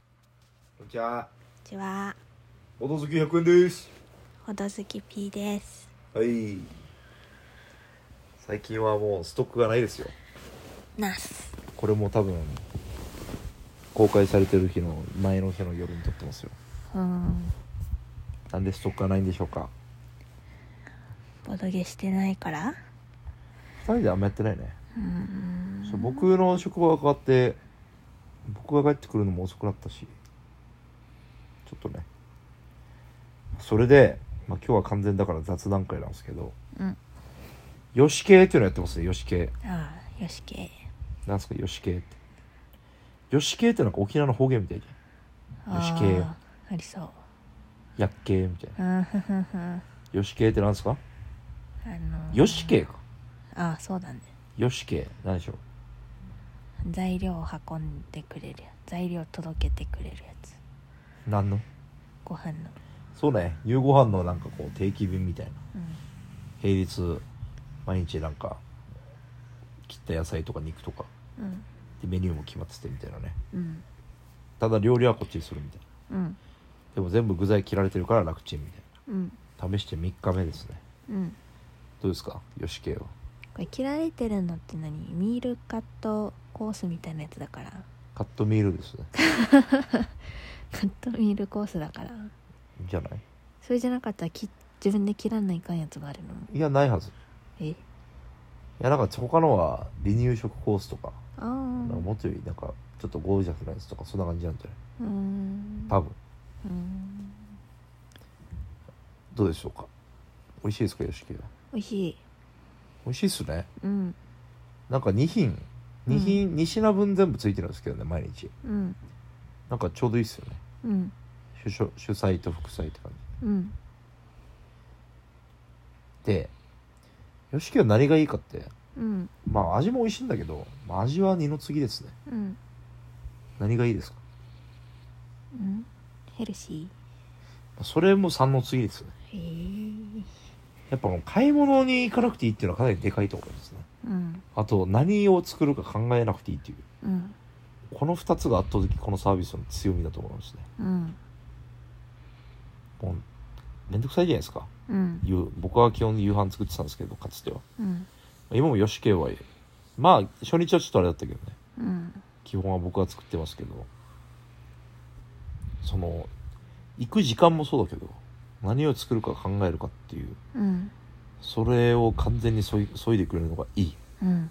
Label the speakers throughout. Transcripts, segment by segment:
Speaker 1: んにちは。
Speaker 2: こんにちは、
Speaker 1: ボト好き100円です。
Speaker 2: ほど好き P です。
Speaker 1: はい。最近はもうストックがないですよ。
Speaker 2: ナス。
Speaker 1: これも多分、公開されてる日の前の日の夜に撮ってますよ。
Speaker 2: うん、
Speaker 1: なんでストックがないんでしょうか。
Speaker 2: ボドゲしてないから。
Speaker 1: 二人であんまやってないね。
Speaker 2: うん
Speaker 1: そう僕の職場が変わって、僕が帰ってくるのも遅くなったし、ちょっとね。それで、まあ今日は完全だから雑談会なんですけど、
Speaker 2: うん。
Speaker 1: よし系っていうのやってますね、よし系。
Speaker 2: ああ、よしけ。
Speaker 1: なんすか、よし系って。よし系ってなんか沖縄の方言みたいに。よしけ
Speaker 2: あーありそう。
Speaker 1: やっけーみたいな。
Speaker 2: うんふんふんふんあ
Speaker 1: よし系ってなんすか
Speaker 2: のー
Speaker 1: よし系か。
Speaker 2: ああ、そうだね。
Speaker 1: よし系。何でしょう。
Speaker 2: 材料を運んでくれるやつ。材料届けてくれるやつ。
Speaker 1: 何の
Speaker 2: ご飯の。
Speaker 1: そうね、夕ご飯のなんかこう定期便みたいな。
Speaker 2: うん。
Speaker 1: 平日、毎日なんか、切った野菜とか肉とか。
Speaker 2: うん。
Speaker 1: で、メニューも決まっててみたいなね。
Speaker 2: うん。
Speaker 1: ただ料理はこっちにするみたいな。
Speaker 2: うん。
Speaker 1: でも全部具材切られてるから楽ちんみたい
Speaker 2: うん。
Speaker 1: な。試して3日目ですね。
Speaker 2: うん。
Speaker 1: どうですかよし系は。
Speaker 2: これ切られてるのって何ミールカットコースみたいなやつだから
Speaker 1: カットミールですね。
Speaker 2: カットミールコースだから
Speaker 1: いいんじゃない
Speaker 2: それじゃなかったらき自分で切らんないかんやつがあるの
Speaker 1: いや、ないはず。
Speaker 2: え
Speaker 1: いやなんか他のは離乳食コースとか、
Speaker 2: ああ
Speaker 1: なんかもっとよりなんかちょっとゴージャスなやつとかそんな感じなんじゃないう
Speaker 2: ーん
Speaker 1: 多分
Speaker 2: うーん
Speaker 1: どうでしょうか美味しいですかよしきは
Speaker 2: 美味しい
Speaker 1: 美味しいっすね
Speaker 2: うん
Speaker 1: なんか2品2品、2品分全部ついてるんですけどね毎日
Speaker 2: うん
Speaker 1: なんかちょうどいいっすよね
Speaker 2: うん
Speaker 1: 主食主菜と副菜って感
Speaker 2: うん
Speaker 1: じでよしきは何がいいかって
Speaker 2: うん
Speaker 1: まあ味も美味しいんだけど、まあ、味は二の次ですね
Speaker 2: うん
Speaker 1: 何がいいですか
Speaker 2: うんヘルシ
Speaker 1: それも三の次ですね
Speaker 2: ーへえ
Speaker 1: やっぱもう買い物に行かなくていいっていうのはかなりでかいと思いますね
Speaker 2: うん
Speaker 1: あと何を作るか考えなくていいっていう
Speaker 2: うん
Speaker 1: この2つが圧倒的このサービスの強みだと思いますね
Speaker 2: うん
Speaker 1: もうめんどくさいじゃないですか
Speaker 2: うん
Speaker 1: 夕僕は基本夕飯作ってたんですけどかつては
Speaker 2: うん
Speaker 1: 今もよし系はまあ初日はちょっとあれだったけどね
Speaker 2: うん
Speaker 1: 基本は僕は作ってますけどその行く時間もそうだけど何を作るか考えるかっていう
Speaker 2: うん
Speaker 1: それを完全にそいそいでくれるのがいい
Speaker 2: うん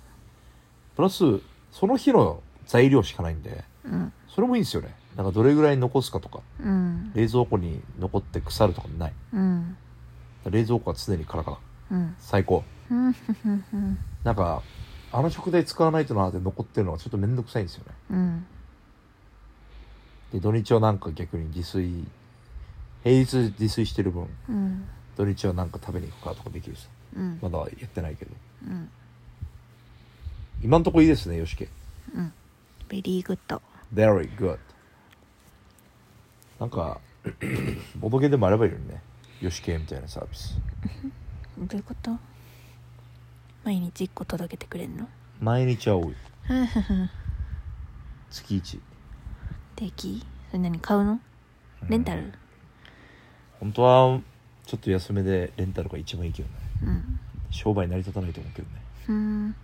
Speaker 1: プラスその日の材料しかないんで
Speaker 2: うん
Speaker 1: それもいいんですよねなんかどれぐらい残すかとか
Speaker 2: うん
Speaker 1: 冷蔵庫に残って腐るとかない
Speaker 2: うん
Speaker 1: 冷蔵庫は常にカラカラ
Speaker 2: うん
Speaker 1: 最高
Speaker 2: うんふふふ
Speaker 1: なんかあの食材使わないとなって残ってるのがちょっとめんどくさいんですよね
Speaker 2: うん
Speaker 1: で土日はなんか逆に自炊平日自炊してる分
Speaker 2: うん
Speaker 1: 土日はなんか食べに行くかとかできるし
Speaker 2: うん
Speaker 1: まだやってないけど
Speaker 2: うん
Speaker 1: 今んとこいいですねよしけ
Speaker 2: うんベリーグッド
Speaker 1: very good なんか ボドゲでもあればいいのにねよしけみたいなサービス
Speaker 2: どういうこと毎日1個届けてくれんの
Speaker 1: 毎日は多い月1
Speaker 2: 定期それ何買うのレンタル
Speaker 1: 本当はちょっと安めでレンタルが一番いいけどね
Speaker 2: うん
Speaker 1: 商売成り立たないと思うけどね
Speaker 2: うーん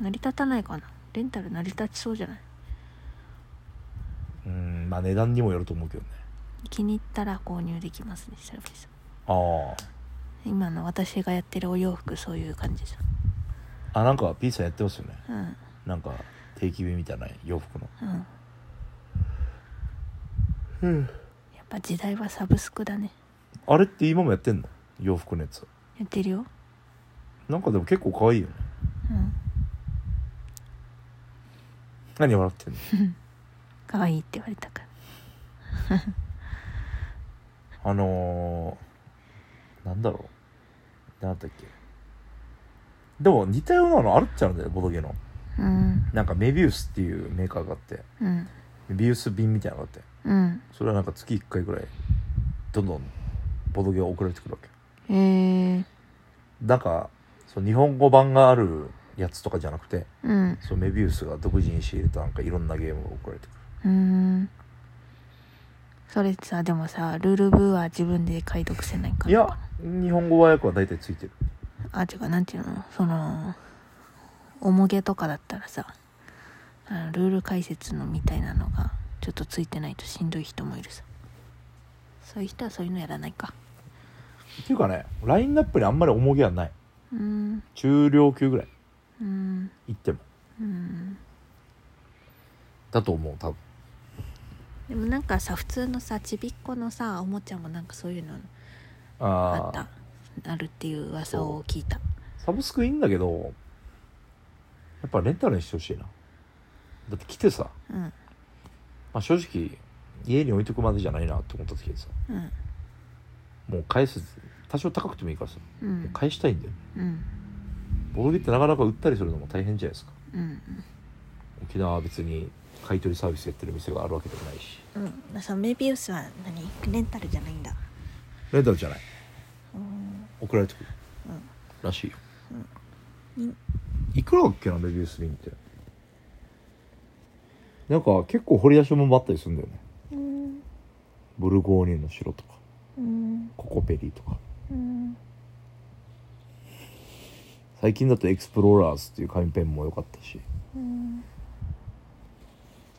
Speaker 2: 成り立たないかなレンタル成り立ちそうじゃない
Speaker 1: うんまあ値段にもよると思うけどね
Speaker 2: 気に入ったら購入できますねサービス
Speaker 1: あ
Speaker 2: 今の私がやってるお洋服そういう感じじ
Speaker 1: ああなんか P さんやってますよね
Speaker 2: ゃんうん
Speaker 1: なんか定期便みたいな洋服の
Speaker 2: うんやっぱ時代はサブスクだね
Speaker 1: あれって今もやってんの洋服のやつ
Speaker 2: やってるよ
Speaker 1: なんかでも結構可愛いよね
Speaker 2: うん
Speaker 1: 何笑ってんの
Speaker 2: 可愛いって言われたから
Speaker 1: あのー、なんだろう何だったっけでも似たようなのあるっちゃうんだよボドゲの
Speaker 2: うん
Speaker 1: なんかメビウスっていうメーカーがあって
Speaker 2: うん
Speaker 1: メビウス瓶みたいなのがあって
Speaker 2: うん
Speaker 1: それはなんか月1回ぐらいどんどんボドゲが送られてくるわけ
Speaker 2: えー、
Speaker 1: なんかその日本語版があるやつとかじゃなくて
Speaker 2: うん
Speaker 1: そのメビウスが独自に仕入れたなんかいろんなゲームが送られてくる
Speaker 2: うーんそれさでもさルールブーは自分で解読せないから
Speaker 1: いや日本語和訳は大体ついてる
Speaker 2: あ違うなんていうのそのおもげとかだったらさあのルール解説のみたいなのがちょっとついてないとしんどい人もいるさそういう人はそういうのやらないか
Speaker 1: っていうかねラインナップにあんまり重げはないう
Speaker 2: ーん
Speaker 1: 中量級ぐらいう
Speaker 2: ーん
Speaker 1: いっても
Speaker 2: うーん
Speaker 1: だと思う多分
Speaker 2: でもなんかさ普通のさちびっこのさおもちゃもなんかそういうのあ
Speaker 1: あ
Speaker 2: っ
Speaker 1: あ
Speaker 2: たあるっていう噂を聞いた
Speaker 1: サブスクいいんだけどやっぱレンタルにしてほしいなだって来てさ、
Speaker 2: うん
Speaker 1: まあ、正直家に置いとくまでじゃないなって思った時にさ
Speaker 2: うん
Speaker 1: もう返す多少高くてもいいからさ
Speaker 2: う
Speaker 1: もうん返したいんだよね
Speaker 2: うん
Speaker 1: ボドゲってなかなか売ったりするのも大変じゃないですか
Speaker 2: うん
Speaker 1: 沖縄は別に買い取りサービスやってる店があるわけでもないし
Speaker 2: うんそうメビウスは何レンタルじゃないんだ
Speaker 1: レンタルじゃない
Speaker 2: うん
Speaker 1: 送られてくる、
Speaker 2: うん
Speaker 1: らしいよ、
Speaker 2: うんに
Speaker 1: いくらだっけなメビウスリンってなんか結構掘り出し物もあったりするんだよね
Speaker 2: うん
Speaker 1: ブルゴーニュの城とか
Speaker 2: うん
Speaker 1: ココペリーとか
Speaker 2: うん
Speaker 1: 最近だとエクスプローラーズっていう紙ペンも良かったし
Speaker 2: うん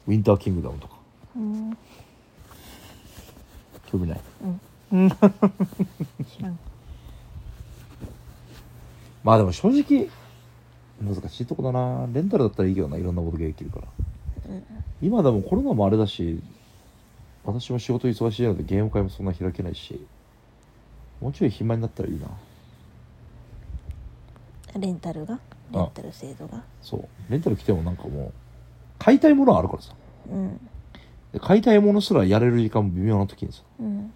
Speaker 1: ウィンターキングダムとか
Speaker 2: うん
Speaker 1: 興味ない
Speaker 2: 知らん
Speaker 1: まあでも正直難しいとこだなレンタルだったらいいけどないろんなことができるから
Speaker 2: うん
Speaker 1: 今でもコロナもあれだし私も仕事忙しいのでゲーム会もそんな開けないしもうちょい暇になったらいいな
Speaker 2: レンタルが
Speaker 1: あ
Speaker 2: レンタル制度が
Speaker 1: そうレンタル来てもなんかもう買いたいものはあるからさ
Speaker 2: うん
Speaker 1: で買いたいものすらやれる時間も微妙な時にさ
Speaker 2: うん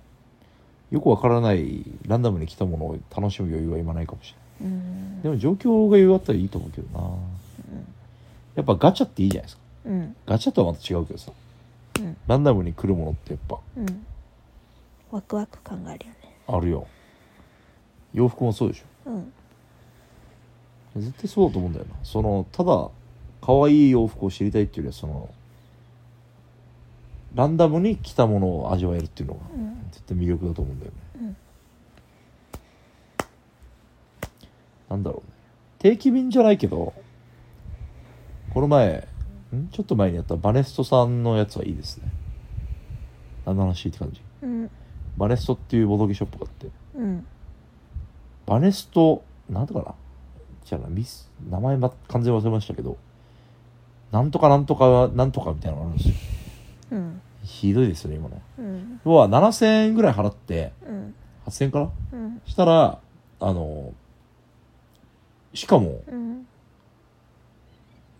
Speaker 1: よくわからないランダムに来たものを楽しむ余裕は今ないかもしれ
Speaker 2: うんうん
Speaker 1: ないでも状況が余裕あったらいいと思うけどなやっぱガチャっていいじゃないですか
Speaker 2: うん
Speaker 1: ガチャとはまた違うけどさ
Speaker 2: うん
Speaker 1: ランダムに来るものってやっぱ
Speaker 2: うんワクワク感があるよね
Speaker 1: あるよ洋服もそうでしょ
Speaker 2: うん
Speaker 1: 絶対そうだと思うんだよなそのただ可愛い洋服を知りたいっていうよりはそのランダムに来たものを味わえるっていうのが
Speaker 2: うん
Speaker 1: 絶対魅力だと思うんだよね、
Speaker 2: うん
Speaker 1: なんだろうね定期便じゃないけどこの前んちょっと前にやったバネストさんのやつはいいですね何の話って感じ
Speaker 2: うん
Speaker 1: バネストっていうボドゲショップがあって
Speaker 2: うん
Speaker 1: バネスト、なんとかなじゃあな、ミス、名前ば完全に忘れましたけど、なんとかなんとか、なんとかみたいなのがあるんですよ。
Speaker 2: うん
Speaker 1: ひどいですよね、今ね。
Speaker 2: うん
Speaker 1: 要は7000円ぐらい払って、
Speaker 2: うん
Speaker 1: 8000円かな
Speaker 2: うん
Speaker 1: したら、あの、しかも、
Speaker 2: うん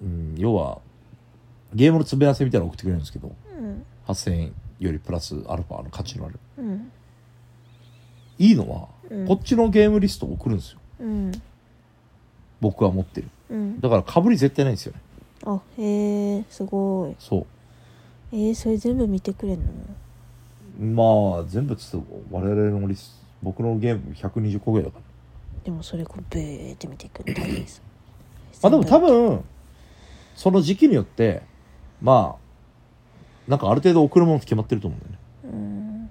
Speaker 1: うん、要は、ゲームの詰め合わせみたいなの送ってくれるんですけど、
Speaker 2: うん
Speaker 1: 8000円よりプラスアルファの価値のある。
Speaker 2: うん
Speaker 1: いいのは、
Speaker 2: うん
Speaker 1: こっちのゲームリストを送るんですよ。
Speaker 2: うん
Speaker 1: 僕は持ってる。
Speaker 2: うん
Speaker 1: だから、かぶり絶対ないんですよね。
Speaker 2: あへえすごい
Speaker 1: そう。
Speaker 2: えー、それ全部見てくれんの
Speaker 1: まあ全部つって我々のリス僕のゲーム120個ぐらいだから
Speaker 2: でもそれこうブーって見てくれたりさ
Speaker 1: まあでも多分その時期によってまあなんかある程度送るものって決まってると思うんだよね
Speaker 2: うん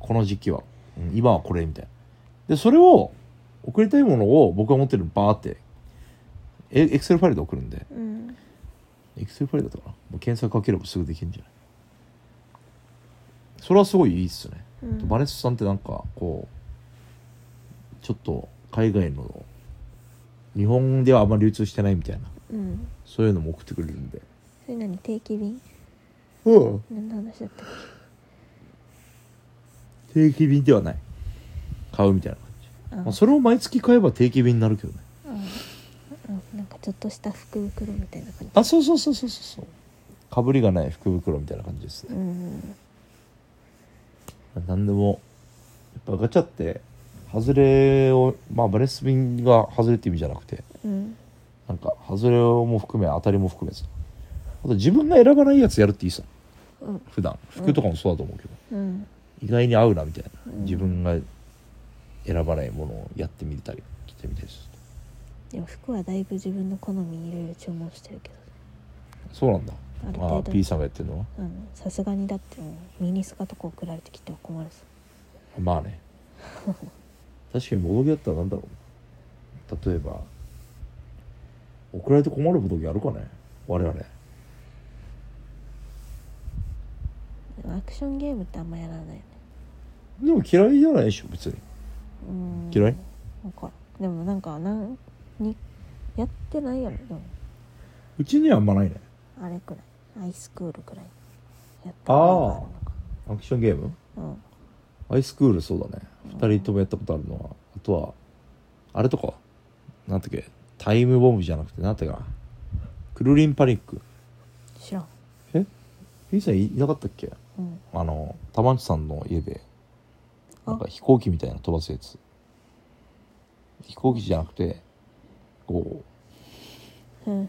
Speaker 1: この時期は、うん今はこれみたいなでそれを送りたいものを僕が持ってるのバーってエクセルファイルで送るんで
Speaker 2: うん
Speaker 1: エクセルファイルだったかなもう検索かければすぐできるんじゃないそれはすごいいいっすね
Speaker 2: うん
Speaker 1: バネスさんってなんかこうちょっと海外の日本ではあんまり流通してないみたいな
Speaker 2: うん
Speaker 1: そういうのも送ってくれるんで
Speaker 2: それ何定期便
Speaker 1: うん
Speaker 2: 何の話だったっけ
Speaker 1: 定期便ではない買うみたいな感じ、
Speaker 2: あ
Speaker 1: まあ、それを毎月買えば定期便になるけどね
Speaker 2: うんなんかちょっとした福袋みたいな感じ
Speaker 1: あそうそうそうそうそうそうかぶりがない福袋みたいな感じですね
Speaker 2: うん
Speaker 1: 何でもやっぱガチャって外れをまあバレス便が外れって意味じゃなくて
Speaker 2: うん
Speaker 1: なんか外れも含め当たりも含めさあと自分が選ばないやつやるっていいさ
Speaker 2: うん
Speaker 1: 普段服とかもそうだと思うけど、
Speaker 2: うん
Speaker 1: 意外に合うなみたいな、
Speaker 2: うん
Speaker 1: 自分が選ばないものをやってみたり着てみたりす
Speaker 2: でも服はだいぶ自分の好みいろいろ注文してるけど
Speaker 1: るそうなんだ
Speaker 2: ある
Speaker 1: あ
Speaker 2: 程
Speaker 1: あ
Speaker 2: 度
Speaker 1: P さんがやってるのは
Speaker 2: うんさすがにだってもうミニスカとか送られてきては困るさ
Speaker 1: まあ ね確かにボドゲだったらなんだろう例えば送られて困るボドゲあるかね我々
Speaker 2: アクションゲームってあんまやらないよね
Speaker 1: でも嫌いじゃないでしょ別に
Speaker 2: うん
Speaker 1: 嫌い
Speaker 2: わかるでもなんかなんにやってないやろでも
Speaker 1: うちにはあんまないね
Speaker 2: あれくらいアイスクールくらいやった
Speaker 1: あ
Speaker 2: こと
Speaker 1: アクションゲーム
Speaker 2: あるのか
Speaker 1: アイスクールそうだね2人ともやったことあるのはあとはあれとかなんだっけタイムボムじゃなくてなんだっけなクルリンパニック
Speaker 2: うん知らん
Speaker 1: え P さんいいなかったっけ
Speaker 2: うん
Speaker 1: あの玉内さんの家で
Speaker 2: あ
Speaker 1: なんか飛行機みたいなの飛ばすやつ飛行機じゃなくてこう
Speaker 2: うん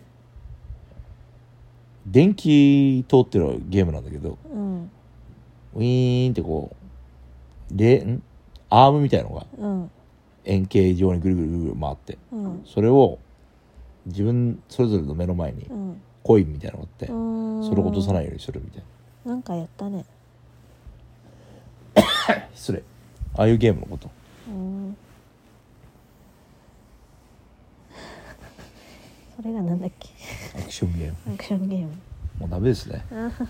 Speaker 1: 電気通ってるゲームなんだけど
Speaker 2: うん
Speaker 1: ウィーンってこうでんアームみたいのが
Speaker 2: うん
Speaker 1: 円形状にぐるぐるぐるぐる回って
Speaker 2: うん
Speaker 1: それを自分それぞれの目の前に
Speaker 2: うん
Speaker 1: コインみたいなのがあってそ
Speaker 2: そ
Speaker 1: れを落とさ
Speaker 2: な
Speaker 1: な
Speaker 2: い
Speaker 1: いようにするみたい
Speaker 2: なんかやったね
Speaker 1: な失礼ああいうゲームのこと
Speaker 2: うんそれがなんだっけ
Speaker 1: アクションゲーム
Speaker 2: アクションゲーム
Speaker 1: もうダメですね今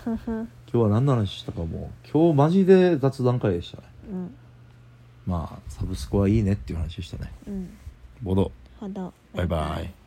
Speaker 1: 日は何の話したかもう今日マジで雑談会でしたね
Speaker 2: うん
Speaker 1: まあサブスクはいいねっていう話でしたね
Speaker 2: うん
Speaker 1: ボド
Speaker 2: ほど
Speaker 1: バイバイ